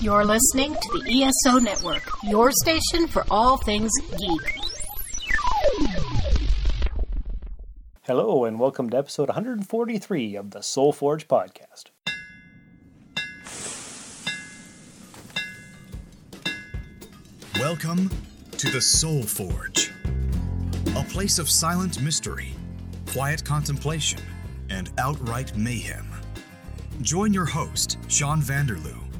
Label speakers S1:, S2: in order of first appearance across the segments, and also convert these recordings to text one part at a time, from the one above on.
S1: You're listening to the ESO Network, your station for all things geek.
S2: Hello, and welcome to episode 143 of the Soul Forge podcast.
S3: Welcome to the Soul Forge, a place of silent mystery, quiet contemplation, and outright mayhem. Join your host, Sean Vanderloo,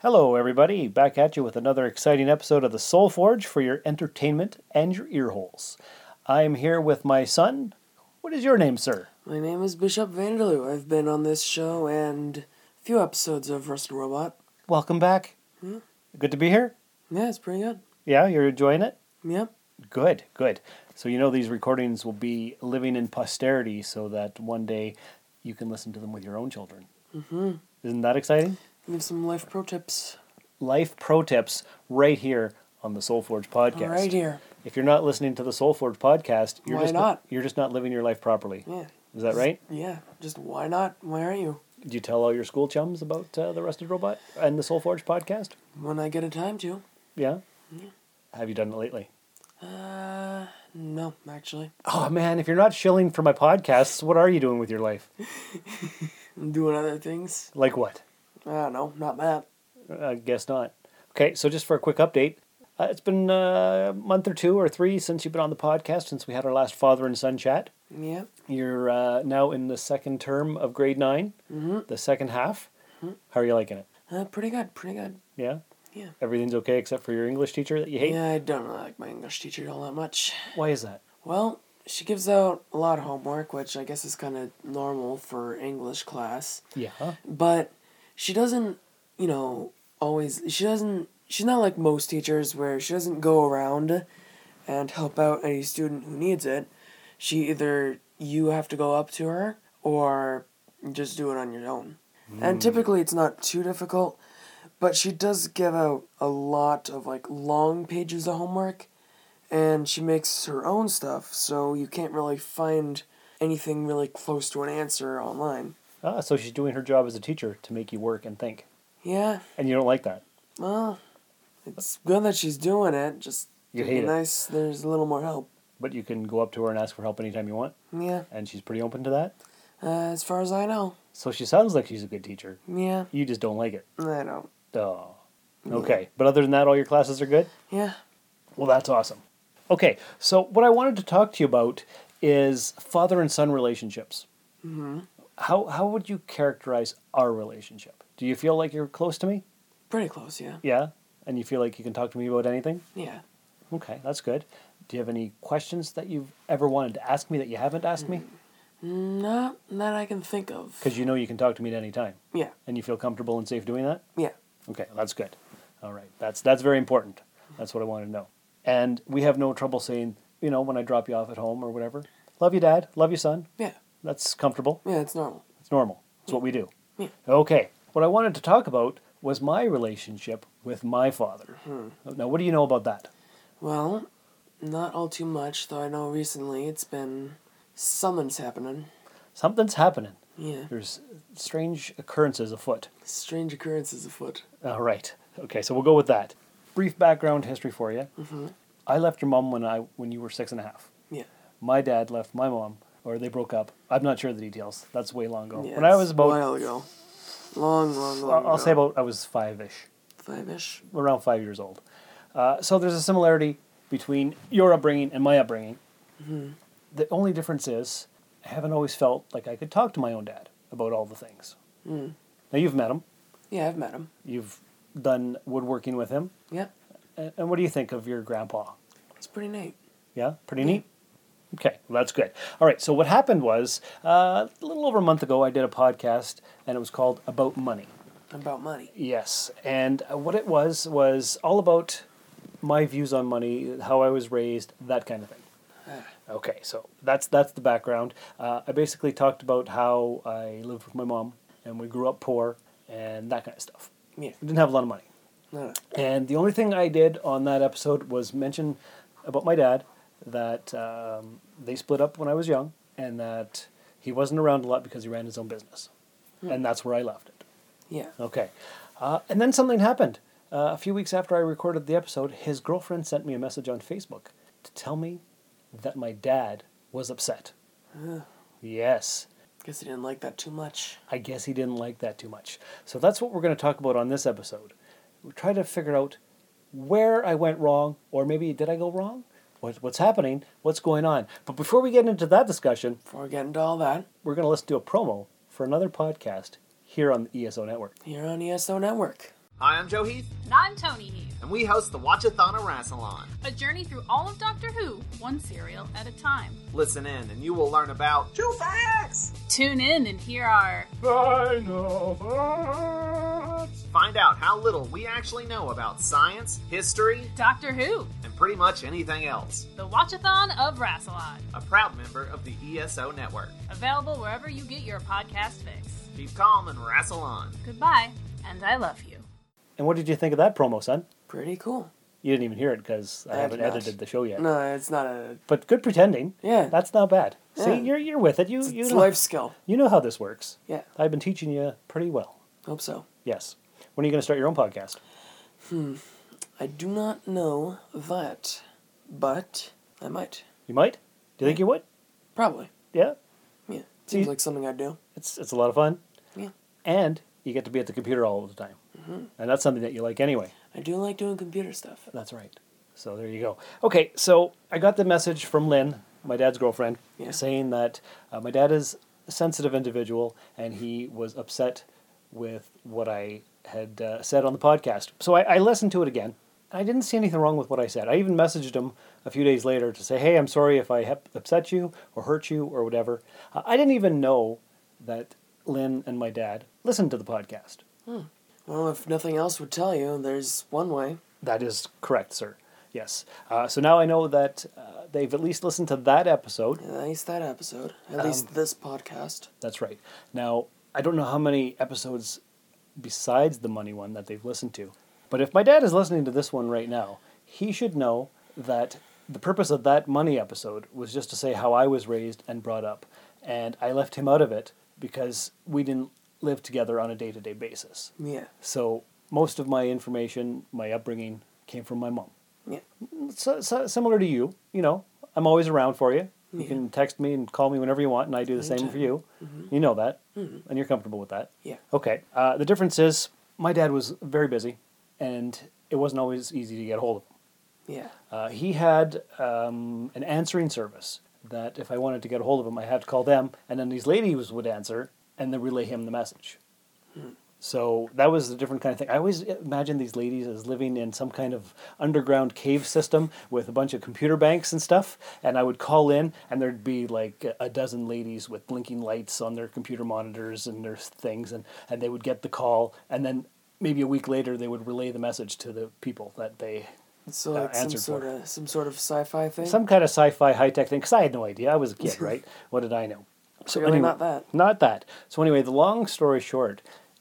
S2: Hello, everybody. Back at you with another exciting episode of the Soul Forge for your entertainment and your ear holes. I am here with my son. What is your name, sir?
S4: My name is Bishop Vanderloo. I've been on this show and a few episodes of Rust and Robot.
S2: Welcome back. Hmm? Good to be here.
S4: Yeah, it's pretty good.
S2: Yeah, you're enjoying it?
S4: Yep.
S2: Good, good. So, you know, these recordings will be living in posterity so that one day you can listen to them with your own children. Mm-hmm. Isn't that exciting?
S4: Give some life pro tips
S2: Life pro tips right here on the Soul Forge podcast.
S4: right here.
S2: If you're not listening to the Soul Forge podcast, you're
S4: Why
S2: just
S4: not?
S2: you're just not living your life properly.
S4: Yeah.
S2: Is that right?
S4: Yeah. Just why not? Why aren't you?
S2: Do you tell all your school chums about uh, the Rusted Robot and the Soul Forge podcast?
S4: When I get a time to.
S2: Yeah. Have you done it lately?
S4: Uh, no, actually.
S2: Oh man, if you're not shilling for my podcasts, what are you doing with your life?
S4: I'm doing other things.
S2: Like what?
S4: I don't know. Not that.
S2: I guess not. Okay, so just for a quick update, uh, it's been uh, a month or two or three since you've been on the podcast since we had our last father and son chat.
S4: Yeah.
S2: You're uh, now in the second term of grade 9 the second half. How are you liking it?
S4: Uh, pretty good. Pretty good.
S2: Yeah?
S4: Yeah.
S2: Everything's okay except for your English teacher that you hate?
S4: Yeah, I don't really like my English teacher all that much.
S2: Why is that?
S4: Well, she gives out a lot of homework, which I guess is kind of normal for English class.
S2: Yeah.
S4: but she doesn't you know always she doesn't she's not like most teachers where she doesn't go around and help out any student who needs it she either you have to go up to her or just do it on your own and typically it's not too difficult but she does give out a lot of like long pages of homework and she makes her own stuff so you can't really find anything really close to an answer online
S2: Ah, so she's doing her job as a teacher to make you work and think.
S4: yeah
S2: And you don't like that.
S4: Well, it's good that she's doing it. Just
S2: You
S4: it'd be
S2: hate it.
S4: nice. There's a little more help.
S2: But you can go up to her and ask for help anytime you want.
S4: Yeah,
S2: And she's pretty open to that.
S4: uh, as far as I know.
S2: So she sounds like she's a good teacher.
S4: Yeah,
S2: You just don't like it.
S4: I don't.
S2: Oh. Okay. But other than that, all your classes are good?
S4: Yeah,
S2: Well, that's awesome. Okay, so what I wanted to talk to you about is father and son relationships. Mm-hmm. How how would you characterize our relationship? Do you feel like you're close to me?
S4: pretty close. Yeah,
S2: Yeah, and you feel like you can talk to me about anything.
S4: yeah.
S2: Okay, that's good. Do you have any questions that you've ever wanted to ask me that you haven't asked me?
S4: Not that I can think of.
S2: Because you know you can talk to me at any time,
S4: Yeah,
S2: and you feel comfortable and safe doing that.
S4: yeah.
S2: Okay, that's good. All right, that's that's very important. That's what I want to know. And we have no trouble saying, you know, when I drop you off at home or whatever, love you, dad, love you, son.
S4: Yeah,
S2: That's comfortable.
S4: yeah, it's normal.
S2: It's normal. It's what we do. Okay, what I wanted to talk about was my relationship with my father. Now, what do you know about that?
S4: Well, not all too much, though I know recently it's been. Something's happening.
S2: Something's happening.
S4: Yeah.
S2: There's strange occurrences afoot.
S4: Strange occurrences afoot.
S2: All right. Okay, so we'll go with that. Brief background history for you.
S4: Mm-hmm.
S2: I left your mom when I when you were six and a half.
S4: Yeah.
S2: my dad left my mom, or they broke up. I'm not sure of the details. That's way long ago.
S4: yeah
S2: when I
S4: it's
S2: was
S4: a
S2: about,
S4: while ago. Long, long, long.
S2: I'll
S4: ago.
S2: say about I was five ish,
S4: five ish.
S2: around five years old. Uh, so there's a similarity between your upbringing and my upbringing.
S4: Mm-hmm.
S2: The only difference is I haven't always felt like I could talk to my own dad about all the things.
S4: Mm.
S2: Now you've met him.
S4: Yeah, I've met him.
S2: You've done woodworking with him.
S4: Yeah,
S2: A- And what do you think of your grandpa?
S4: it's pretty neat.
S2: Yeah, pretty neat. Okay, well, that's good. All right, so what happened was uh, a little over a month ago, I did a podcast and it was called About Money.
S4: about money.
S2: Yes, and uh, what it was was all about my views on money, how I was raised, that kind of thing. Okay, so that's that's the background. Uh, I basically talked about how I lived with my mom and we grew up poor and that kind of stuff.
S4: Yeah. Uh,
S2: We didn't have a lot of money.
S4: No, no.
S2: And the only thing I did on that episode was mention about my dad that um, they split up when I was young and that he wasn't around a lot because he ran his own business. And that's where I left it.
S4: Yeah.
S2: Okay. Uh, and then something happened. Uh, a few weeks after I recorded the episode, his girlfriend sent me a message on Facebook to tell me that my dad was upset. Yes.
S4: Guess he didn't like that too much.
S2: I guess he didn't like that too much. So that's what we're going to talk about on this episode. We try to figure out where I went wrong, or maybe did I go wrong? What, what's happening? What's going on? But before we get into that discussion,
S4: Before we get into all that,
S2: we're going to listen to a promo for another podcast here on the ESO Network.
S4: here on ESO Network.
S5: Hi, I'm Joe Heath,
S6: And I'm Tony Heath,
S5: and we host the Watchathon Rassilon.
S6: a journey through all of Doctor Who, one serial at a time.
S5: Listen in, and you will learn about two facts.
S6: Tune in and hear our
S5: Find out how little we actually know about science, history,
S6: Doctor Who,
S5: and pretty much anything else.
S6: the Watchathon of Rassilon,
S5: A proud member of the ESO Network.
S6: available wherever you get your podcast fix.
S5: Keep calm and wrestle on.
S6: Goodbye, and I love you.
S2: And what did you think of that promo, son?
S4: Pretty cool.
S2: You didn't even hear it because I,
S4: I
S2: haven't
S4: did not.
S2: edited the show yet.
S4: No, it's not a.
S2: But good pretending.
S4: Yeah.
S2: That's not bad. See,
S4: Yeah.
S2: you're, you're with it. You, you,
S4: It's a
S2: know,
S4: life skill.
S2: you know how this works.
S4: Yeah.
S2: I've been teaching you pretty well.
S4: Hope so.
S2: Yes. When are you going to start your own podcast?
S4: I do not know that, but I might.
S2: You might. Do you think you would?
S4: Probably.
S2: Yeah.
S4: Yeah.
S2: See-
S4: Seems like something I'd do.
S2: It's it's a lot of fun,
S4: Yeah.
S2: and you get to be at the computer all the time, and that's something that you like anyway.
S4: I do like doing computer stuff.
S2: That's right. So there you go. Okay, so I got the message from Lynn, my dad's girlfriend,
S4: Yeah.
S2: saying that uh, my dad is a sensitive individual, and he was upset with what I had uh, said on the podcast. So I, I listened to it again. I didn't see anything wrong with what I said. I even messaged him a few days later to say, "Hey, I'm sorry if I hep- upset you or hurt you or whatever." Uh, I didn't even know that Lynn and my dad listened to the podcast.
S4: Well, if nothing else would tell you, there's one way.
S2: That is correct, sir. Yes. Uh, so now I know that uh, they've at least listened to that episode.
S4: At least that episode. At
S2: Um,
S4: least this podcast.
S2: That's right. Now, I don't know how many episodes besides the money one that they've listened to, but if my dad is listening to this one right now, he should know that the purpose of that money episode was just to say how I was raised and brought up. And I left him out of it because we didn't live together on a day to day basis.
S4: Yeah.
S2: So most of my information, my upbringing, came from my mom.
S4: Yeah.
S2: so, so, similar to you. You know, I'm always around for you. You can text me and call me whenever you want, and I do the same for you. You know that, and you're comfortable with that.
S4: Yeah.
S2: Okay. Uh, the difference is my dad was very busy, and it wasn't always easy to get hold of him.
S4: Yeah.
S2: Uh, he had um, an answering service that if I wanted to get a hold of him, I had to call them, and then these ladies would answer and then relay him the message. So that was a different kind of thing. I always imagine these ladies as living in some kind of underground cave system with a bunch of computer banks and stuff. And I would call in, and there'd be like a- a dozen ladies with blinking lights on their computer monitors and their things, and, and they would get the call. And then maybe a week later, they would relay the message to the people that they
S4: So
S2: Uh,
S4: like some
S2: answered for.
S4: sort of some sort of sci-fi thing.
S2: some kind of sci-fi high-tech thing because i had no idea i was a kid right what did i know so
S4: Clearly not that.
S2: not that so anyway the long story short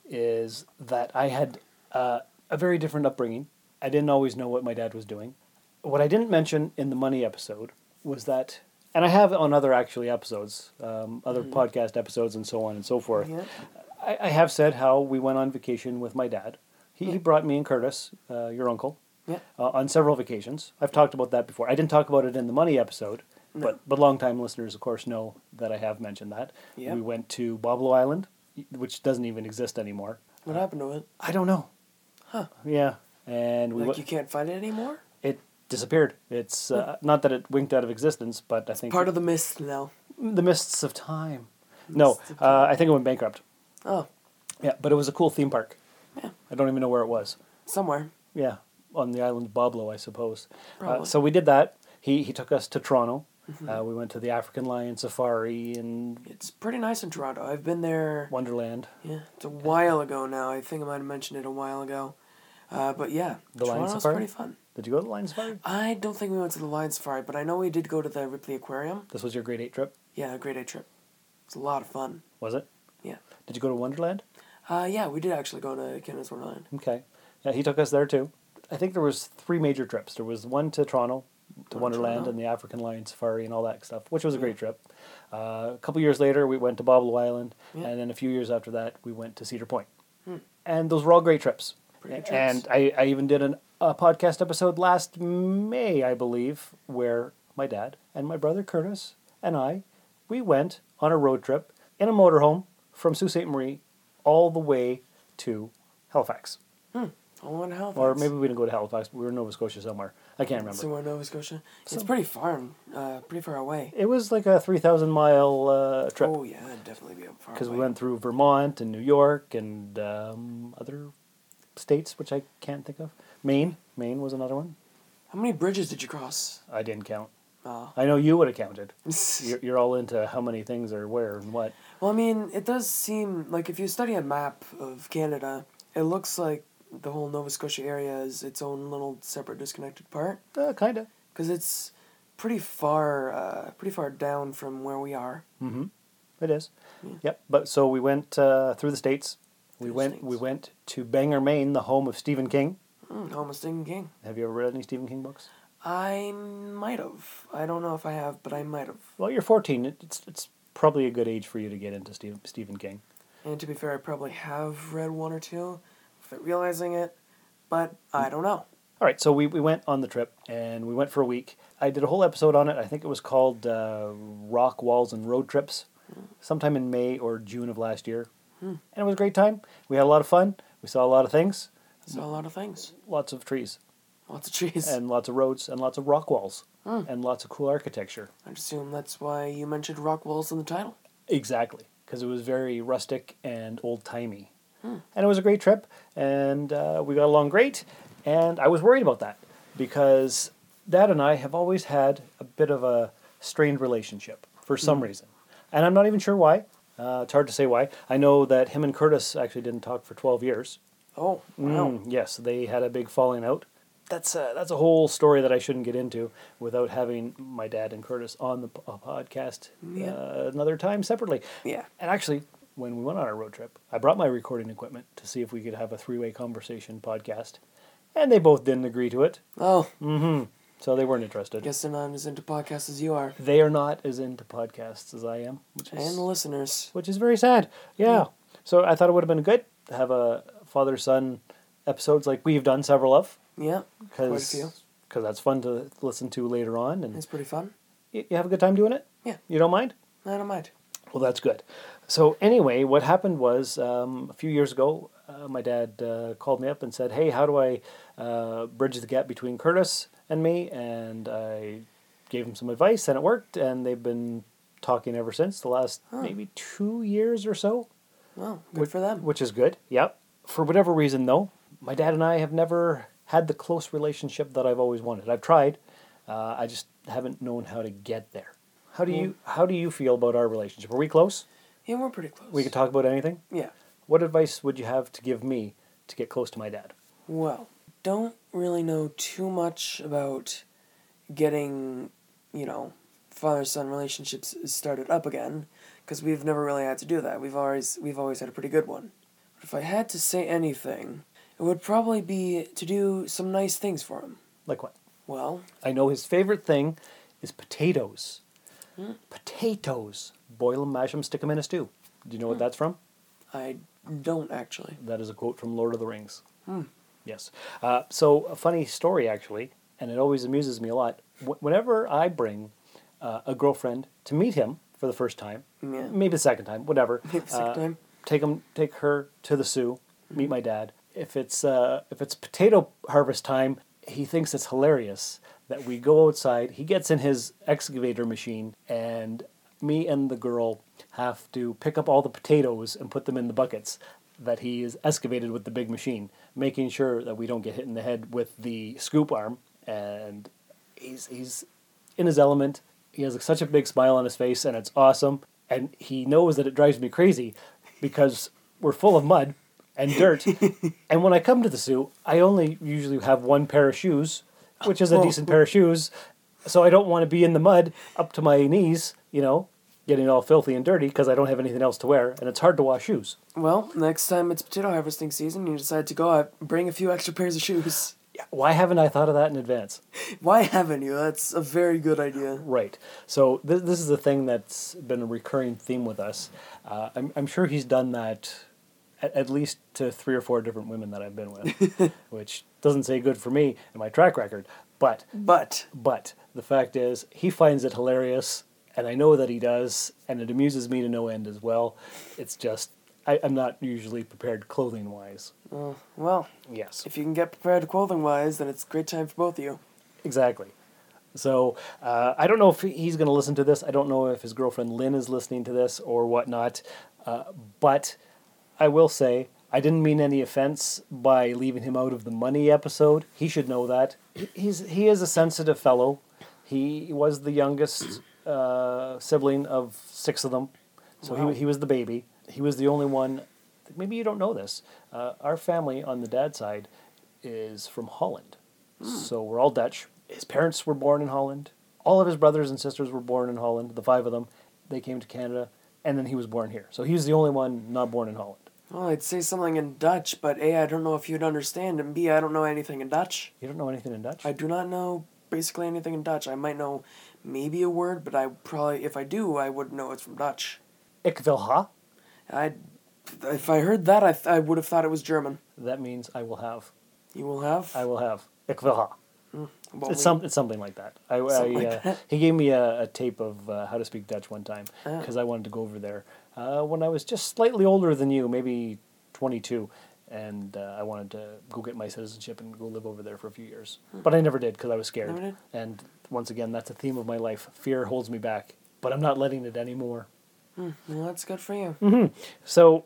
S2: is that i had uh, a very different upbringing i didn't always know what my dad was doing what i didn't mention in the money episode was that and i have on other actually episodes um, other podcast episodes and so on and so forth
S4: Mm-hmm. Yeah.
S2: I, I have said how we went on vacation with my dad he, he brought me and curtis uh, your uncle
S4: Yeah.
S2: uh, on several vacations. I've talked about that before. I didn't talk about it in the money episode, but but longtime listeners, of course, know that I have mentioned that.
S4: Yep.
S2: We went to Boblo Island, which doesn't even exist anymore.
S4: What happened to it?
S2: I don't know. Huh? Yeah, and we
S4: Like
S2: went,
S4: you can't find it anymore?
S2: it disappeared. It's uh, not that it winked out of existence, but I think
S4: Part of the mist now.
S2: the mists of time. No, uh, I think it went bankrupt.
S4: Oh,
S2: Yeah, but it was a cool theme park.
S4: Yeah.
S2: I don't even know where it was.
S4: somewhere.
S2: Yeah, on the island of Boblo, I suppose. Uh,
S4: Probably.
S2: so we did that. He he took us to Toronto, Uh, we went to the African lion safari in
S4: It's pretty nice in Toronto. I've been there.
S2: Wonderland.
S4: Yeah, it's a while ago now. I think I might have mentioned it a while ago. Uh, but yeah,
S2: The lion
S4: Toronto's
S2: safari?
S4: pretty fun.
S2: Did you go to the lion safari?
S4: I don't think we went to the Lion Safari, but I know we did go to the Ripley Aquarium.
S2: This was your grade eight trip,
S4: Yeah, a great day trip. It's a lot of fun.
S2: was it?
S4: Yeah.
S2: Did you go to Wonderland?
S4: Uh, yeah, we did actually go to Canada's Wonderland.
S2: Okay. Yeah, he took us there too. I think there was three major trips. There was one to Toronto, to Wonderland,
S4: Toronto.
S2: and the African lion safari and all that stuff, which was a great trip. Uh, a couple years later, we went to Bobble Island, and then a few years after that, we went to Cedar Point. And those were all great trips.
S4: Hmm. Pretty good
S2: and I, I even did an, a podcast episode last May, I believe, where my dad and my brother Curtis and I, we went on a road trip in a motorhome from Sault Ste. Marie all the way to Halifax
S4: Oh, in Halifax.
S2: or maybe we didn't go to Halifax, but we were in Nova Scotia somewhere. I can't remember.
S4: somewhere in Nova Scotia. It's pretty far, uh, pretty far away.
S2: it was like a three thousand mile uh, trip
S4: Oh yeah, it'd definitely be up far.
S2: because we
S4: away.
S2: went through Vermont and New York and um, other states which I can't think of. Maine, Maine was another one.
S4: How many bridges did you cross?
S2: I didn't count.
S4: Oh.
S2: I know you would have counted. You're, you're all into how many things are where and what.
S4: Well, I mean, it does seem like if you study a map of Canada, it looks like the whole Nova Scotia area is its own little separate, disconnected part.
S2: Uh, kind of.
S4: Because it's pretty far, uh, pretty far down from where we are.
S2: It is. Yep. But so we went uh, through the states. We
S4: Through the
S2: went. We
S4: states.
S2: went to Bangor, Maine, the home of Stephen King.
S4: Hmm, almost in King.
S2: Have you ever read any Stephen King books?
S4: I might have. I don't know if I have, but I might have.
S2: Well, you're 14. It- It's it's probably a good age for you to get into Steve, Stephen King.
S4: And to be fair, I probably have read one or two without realizing it, but I don't know.
S2: All right, so we, we went on the trip and we went for a week. I did a whole episode on it. I think it was called uh, Rock Walls and Road Trips, sometime in May or June of last year. And it was a great time. We had a lot of fun. We saw a lot of things,
S4: So a lot of things.
S2: lots of trees,
S4: Lots of trees.
S2: and lots of roads, and lots of rock walls, and lots of cool architecture.
S4: I assume that's why you mentioned rock walls in the title.
S2: Exactly, because it was very rustic and old timey. And it was a great trip, and uh, we got along great. And I was worried about that because Dad and I have always had a bit of a strained relationship for some reason. And I'm not even sure why. Uh, it's hard to say why. I know that him and Curtis actually didn't talk for 12 years.
S4: Oh, wow.
S2: Mm, yes, they had a big falling out. That's a, that's a whole story that I shouldn't get into without having my dad and Curtis on the p- uh, podcast
S4: Yeah.
S2: uh, another time separately.
S4: Yeah.
S2: And actually, when we went on our road trip, I brought my recording equipment to see if we could have a three way conversation podcast, and they both didn't agree to it,
S4: Oh,
S2: so they weren't interested.
S4: guess they're not as into podcasts as you are.
S2: They are not as into podcasts as I am, which is
S4: And the listeners.
S2: which is very sad. Yeah. So I thought it would have been good to have a father son episodes like we've done several of.
S4: Yeah, quite a few.
S2: because that's fun to listen to later on, and
S4: It's pretty fun.
S2: y- you have a good time doing it.
S4: Yeah.
S2: you don't mind.
S4: I don't mind.
S2: Well, that's good. So anyway, what happened was um, a few years ago, uh, my dad uh, called me up and said, "Hey, how do I uh, bridge the gap between Curtis and me?" And I gave him some advice, and it worked. And they've been talking ever since the last maybe two years or so
S4: Well, good for them.
S2: which is good. Yep. For whatever reason, though, my dad and I have never had the close relationship that I've always wanted. I've tried, uh, I just haven't known how to get there. How do you How do you feel about our relationship? Are we close?
S4: yeah, we're pretty close.
S2: We could talk about anything.
S4: Yeah.
S2: What advice would you have to give me to get close to my dad?
S4: Well, don't really know too much about getting, you know, father son relationships started up again, because we've never really had to do that. We've always we've always had a pretty good one. But if I had to say anything, it would probably be to do some nice things for him.
S2: Like what?
S4: Well,
S2: I know his favorite thing is potatoes. Potatoes. Boil them, mash them, stick them in a stew. Do you know what that's from?
S4: I don't actually.
S2: That is a quote from Lord of the Rings. Yes. Uh, so, a funny story, actually, and it always amuses me a lot. Wh- whenever I bring uh, a girlfriend to meet him for the first time,
S4: Yeah.
S2: maybe the second time, whatever, Uh,
S4: Maybe the second time. Mm-hmm.
S2: take him, take her to the zoo, meet my dad. If it's uh, if it's potato harvest time, he thinks it's hilarious that we go outside. He gets in his excavator machine, and me and the girl have to pick up all the potatoes and put them in the buckets that he has excavated with the big machine, making sure that we don't get hit in the head with the scoop arm. And he's he's in his element. He has such a big smile on his face, and it's awesome. And he knows that it drives me crazy because we're full of mud and dirt. and when I come to the zoo, I only usually have one pair of shoes, which is a decent pair of shoes. So I don't want to be in the mud up to my knees, you know, getting all filthy and dirty because I don't have anything else to wear, and it's hard to wash shoes.
S4: Well, next time it's potato harvesting season, you decide to go out, bring a few extra pairs of shoes.
S2: Why haven't I thought of that in advance?
S4: Why haven't you? That's a very good idea.
S2: Right. So th- this is the thing that's been a recurring theme with us. Uh, I'm, I'm sure he's done that at, at least to three or four different women that I've been with, which doesn't say good for me and my track record. But
S4: But
S2: but the fact is, he finds it hilarious, and I know that he does, and it amuses me to no end as well. It's just I, I'm not usually prepared clothing wise.
S4: well,
S2: Yes.
S4: if you can get prepared clothing wise, then it's a great time for both of you.
S2: Exactly. So uh, I don't know if he's going to listen to this. I don't know if his girlfriend Lynn is listening to this or whatnot. Uh, but I will say I didn't mean any offense by leaving him out of the money episode. He should know that He- he's he is a sensitive fellow. He was the youngest uh, sibling of six of them, so
S4: Wow.
S2: he he was the baby. He was the only one. Maybe you don't know this. Uh, our family on the dad's side is from Holland. So we're all Dutch. His parents were born in Holland. All of his brothers and sisters were born in Holland, the five of them. They came to Canada, and then he was born here. So he was the only one not born in Holland.
S4: Well, I'd say something in Dutch, but A, I don't know if you'd understand, and B, I don't know anything in Dutch.
S2: You don't know anything in Dutch?
S4: I do not know basically anything in Dutch. I might know maybe a word, but I probably, if I do, I would know it's from Dutch.
S2: Ik wil ha.
S4: I, if I heard that, I, th- I would have thought it was German.
S2: That means I will have.
S4: You will have.
S2: I will have. Ik wil ha. It's,
S4: Well, we-
S2: some, it's something like that. I,
S4: Something
S2: I,
S4: like
S2: uh, He gave me a, a tape of uh, how to speak Dutch one time
S4: Ah.
S2: because I wanted to go over there uh, when I was just slightly older than you, maybe 22, and uh, I wanted to go get my citizenship and go live over there for a few years. But I never did because I was scared.
S4: Hmm. Never did?
S2: And once again, that's a theme of my life. Fear holds me back, but I'm not letting it anymore.
S4: Well, that's good for you.
S2: Mm-hmm. So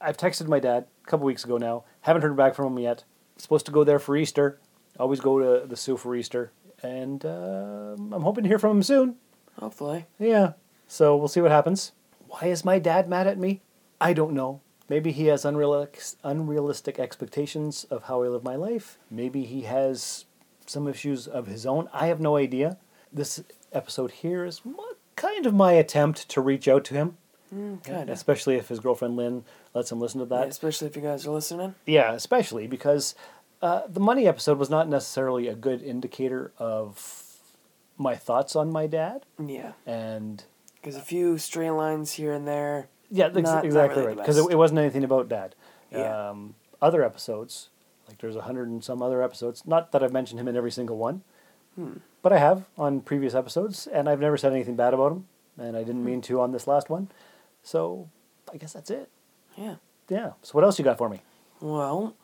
S2: I've texted my dad a couple weeks ago now. Haven't heard back from him yet. Supposed to go there for Easter. Always go to the zoo for Easter. And um I'm hoping to hear from him soon.
S4: Hopefully.
S2: Yeah. So we'll see what happens. Why is my dad mad at me? I don't know. Maybe he has unrealistic, unrealistic expectations of how I live my life. Maybe he has some issues of his own. I have no idea. This episode here is m- kind of my attempt to reach out to him.
S4: kinda.
S2: Especially if his girlfriend Lynn lets him listen to that.
S4: Especially if you guys are listening.
S2: Yeah, especially because uh, the money episode was not necessarily a good indicator of my thoughts on my dad.
S4: Yeah.
S2: And
S4: Because a few stray lines here and there.
S2: yeah, ex-
S4: Not- not
S2: exactly
S4: really
S2: right.
S4: the
S2: Because it,
S4: best.
S2: it wasn't anything about dad.
S4: Yeah.
S2: Um, other episodes, like there's a hundred and some other episodes. Not that I've mentioned him in every single one,
S4: Hmm.
S2: but I have on previous episodes, and I've never said anything bad about him, and I
S4: Hmm.
S2: didn't mean to on this last one. So I guess that's it.
S4: Yeah.
S2: Yeah. So what else you got for me?
S4: Well,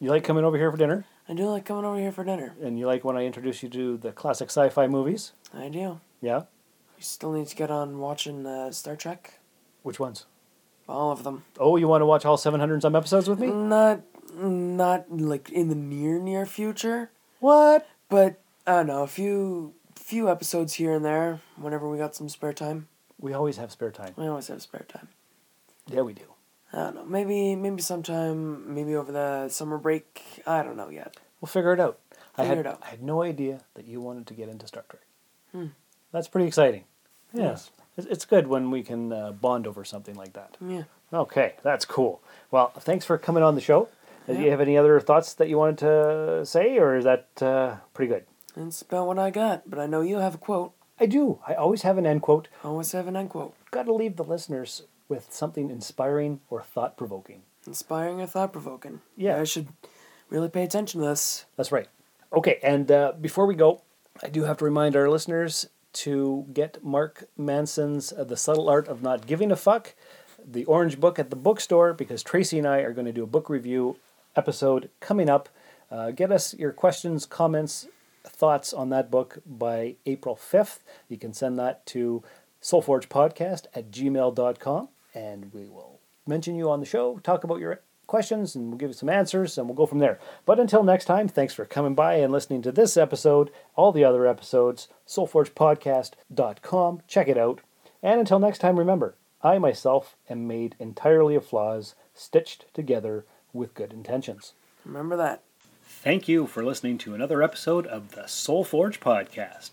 S2: You like coming over here for dinner?
S4: I do like coming over here for dinner.
S2: and you like when I introduce you to the classic sci-fi movies.
S4: I do.
S2: Yeah,
S4: We still need to get on watching uh, Star Trek.
S2: which ones?
S4: All of them.
S2: Oh, you want to watch all seven hundred some episodes with me?
S4: Not, not like in the near near future,
S2: What?
S4: but I don't know. A few, few episodes here and there. Whenever we got some spare time,
S2: We always have spare time.
S4: we always have spare time.
S2: Yeah, we do.
S4: I don't know. Maybe, maybe sometime. Maybe over the summer break. I don't know yet.
S2: We'll figure it out. Hmm. I
S4: Figure
S2: had
S4: it out.
S2: I had no idea that you wanted to get into Star Trek. That's pretty exciting. Yes, It's- it's good when we can uh, bond over something like that.
S4: Yeah.
S2: Okay, that's cool. Well, thanks for coming on the show. Do you have any other thoughts that you wanted to say, or is that uh, pretty good?
S4: That's about what I got. But I know you have a quote.
S2: I do. I always have an end quote.
S4: I always have an end quote.
S2: got to leave the listeners with something inspiring or thought provoking.
S4: Inspiring or thought provoking.
S2: Yeah.
S4: I should really pay attention to this.
S2: That's right. Okay, and uh, before we go, I do have to remind our listeners to get Mark Manson's uh, The Subtle Art of Not Giving a Fuck, the orange book at the bookstore, because Tracy and I are going to do a book review episode coming up. Uh, get us your questions, comments, thoughts on that book by April 5th. You can send that to soulforgepodcast at gmail.com and we will mention you on the show, talk about your questions and we'll give you some answers and we'll go from there. But until next time, thanks for coming by and listening to this episode, all the other episodes, soulforgepodcast.com. Check it out. And until next time, remember, I myself am made entirely of flaws, stitched together with good intentions.
S4: Remember that.
S2: Thank you for listening to another episode of the Soul Forge podcast.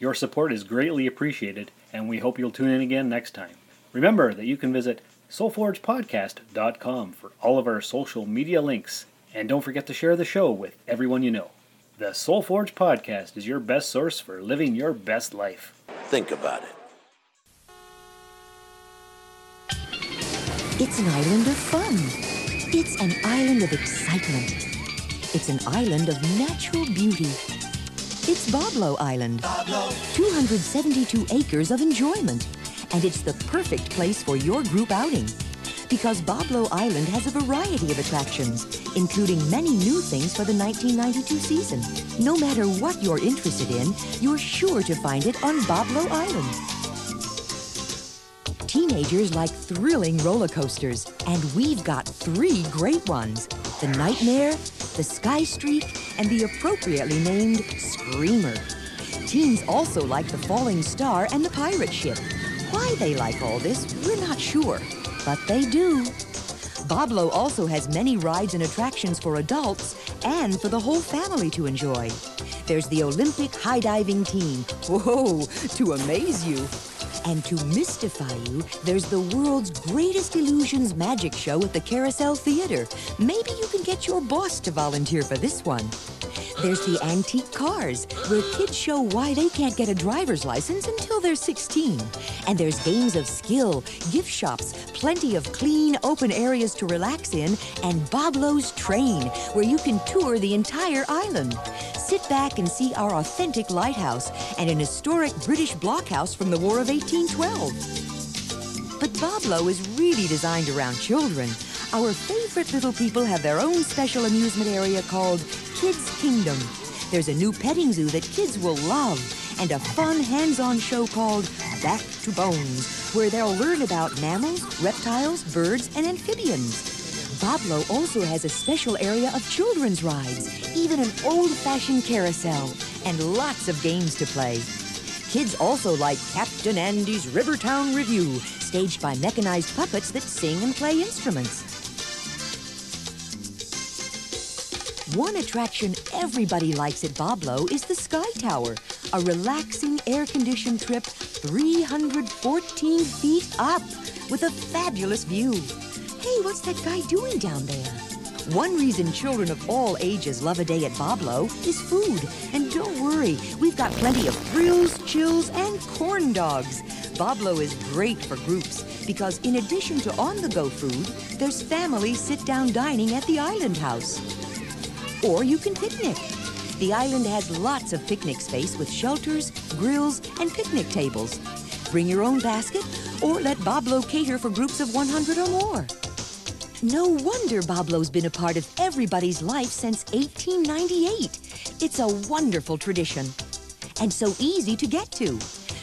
S2: Your support is greatly appreciated, and we hope you'll tune in again next time. Remember that you can visit soulforgepodcast.com for all of our social media links, and don't forget to share the show with everyone you know. The Soul Forge podcast is your best source for living your best life.
S7: Think about it.
S8: It's an island of fun. It's an island of excitement. It's an island of natural beauty. It's Boblo Island. 272 acres of enjoyment. And it's the perfect place for your group outing. Because Boblo Island has a variety of attractions, including many new things for the 1992 season. No matter what you're interested in, you're sure to find it on Boblo Island. Teenagers like thrilling roller coasters, and we've got three great ones the Nightmare, the Sky Streak, and the appropriately named Screamer. Teens also like the Falling Star and the Pirate Ship. Why they like all this, we're not sure, but they do. Boblo also has many rides and attractions for adults and for the whole family to enjoy. There's the Olympic high diving team. Whoa, to amaze you. And to mystify you, there's the world's greatest illusions magic show at the Carousel Theater. Maybe you can get your boss to volunteer for this one. There's the antique cars, where kids show why they can't get a driver's license until they're 16. And there's games of skill, gift shops, plenty of clean, open areas to relax in, and Boblo's Train, where you can tour the entire island. Sit back and see our authentic lighthouse and an historic British blockhouse from the War of 1812. But Boblo is really designed around children. Our favorite little people have their own special amusement area called Kids Kingdom. There's a new petting zoo that kids will love, and a fun hands on show called Back to Bones, where they'll learn about mammals, reptiles, birds, and amphibians. Boblo also has a special area of children's rides, even an old fashioned carousel, and lots of games to play. Kids also like Captain Andy's Rivertown Review, staged by mechanized puppets that sing and play instruments. One attraction everybody likes at Boblo is the Sky Tower, a relaxing air conditioned trip 314 feet up with a fabulous view. Hey, what's that guy doing down there? One reason children of all ages love a day at Boblo is food. And don't worry, we've got plenty of thrills, chills, and corn dogs. Boblo is great for groups because, in addition to on the go food, there's family sit down dining at the Island House. Or you can picnic. The island has lots of picnic space with shelters, grills, and picnic tables. Bring your own basket or let Boblo cater for groups of 100 or more. No wonder Boblo's been a part of everybody's life since 1898. It's a wonderful tradition and so easy to get to.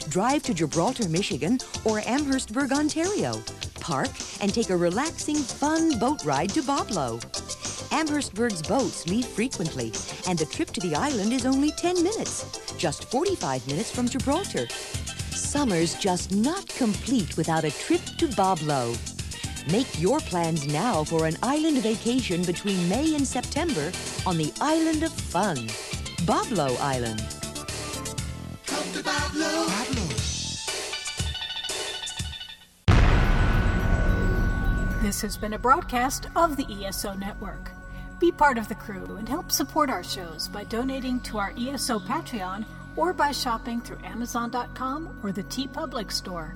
S8: Drive to Gibraltar, Michigan or Amherstburg, Ontario. Park and take a relaxing, fun boat ride to Boblo. Amherstburg's boats leave frequently, and the trip to the island is only 10 minutes, just 45 minutes from Gibraltar. Summer's just not complete without a trip to Boblo. Make your plans now for an island vacation between May and September on the Island of Fun, Boblo Island.
S1: This has been a broadcast of the ESO Network. Be part of the crew and help support our shows by donating to our ESO Patreon or by shopping through Amazon.com or the T Public Store,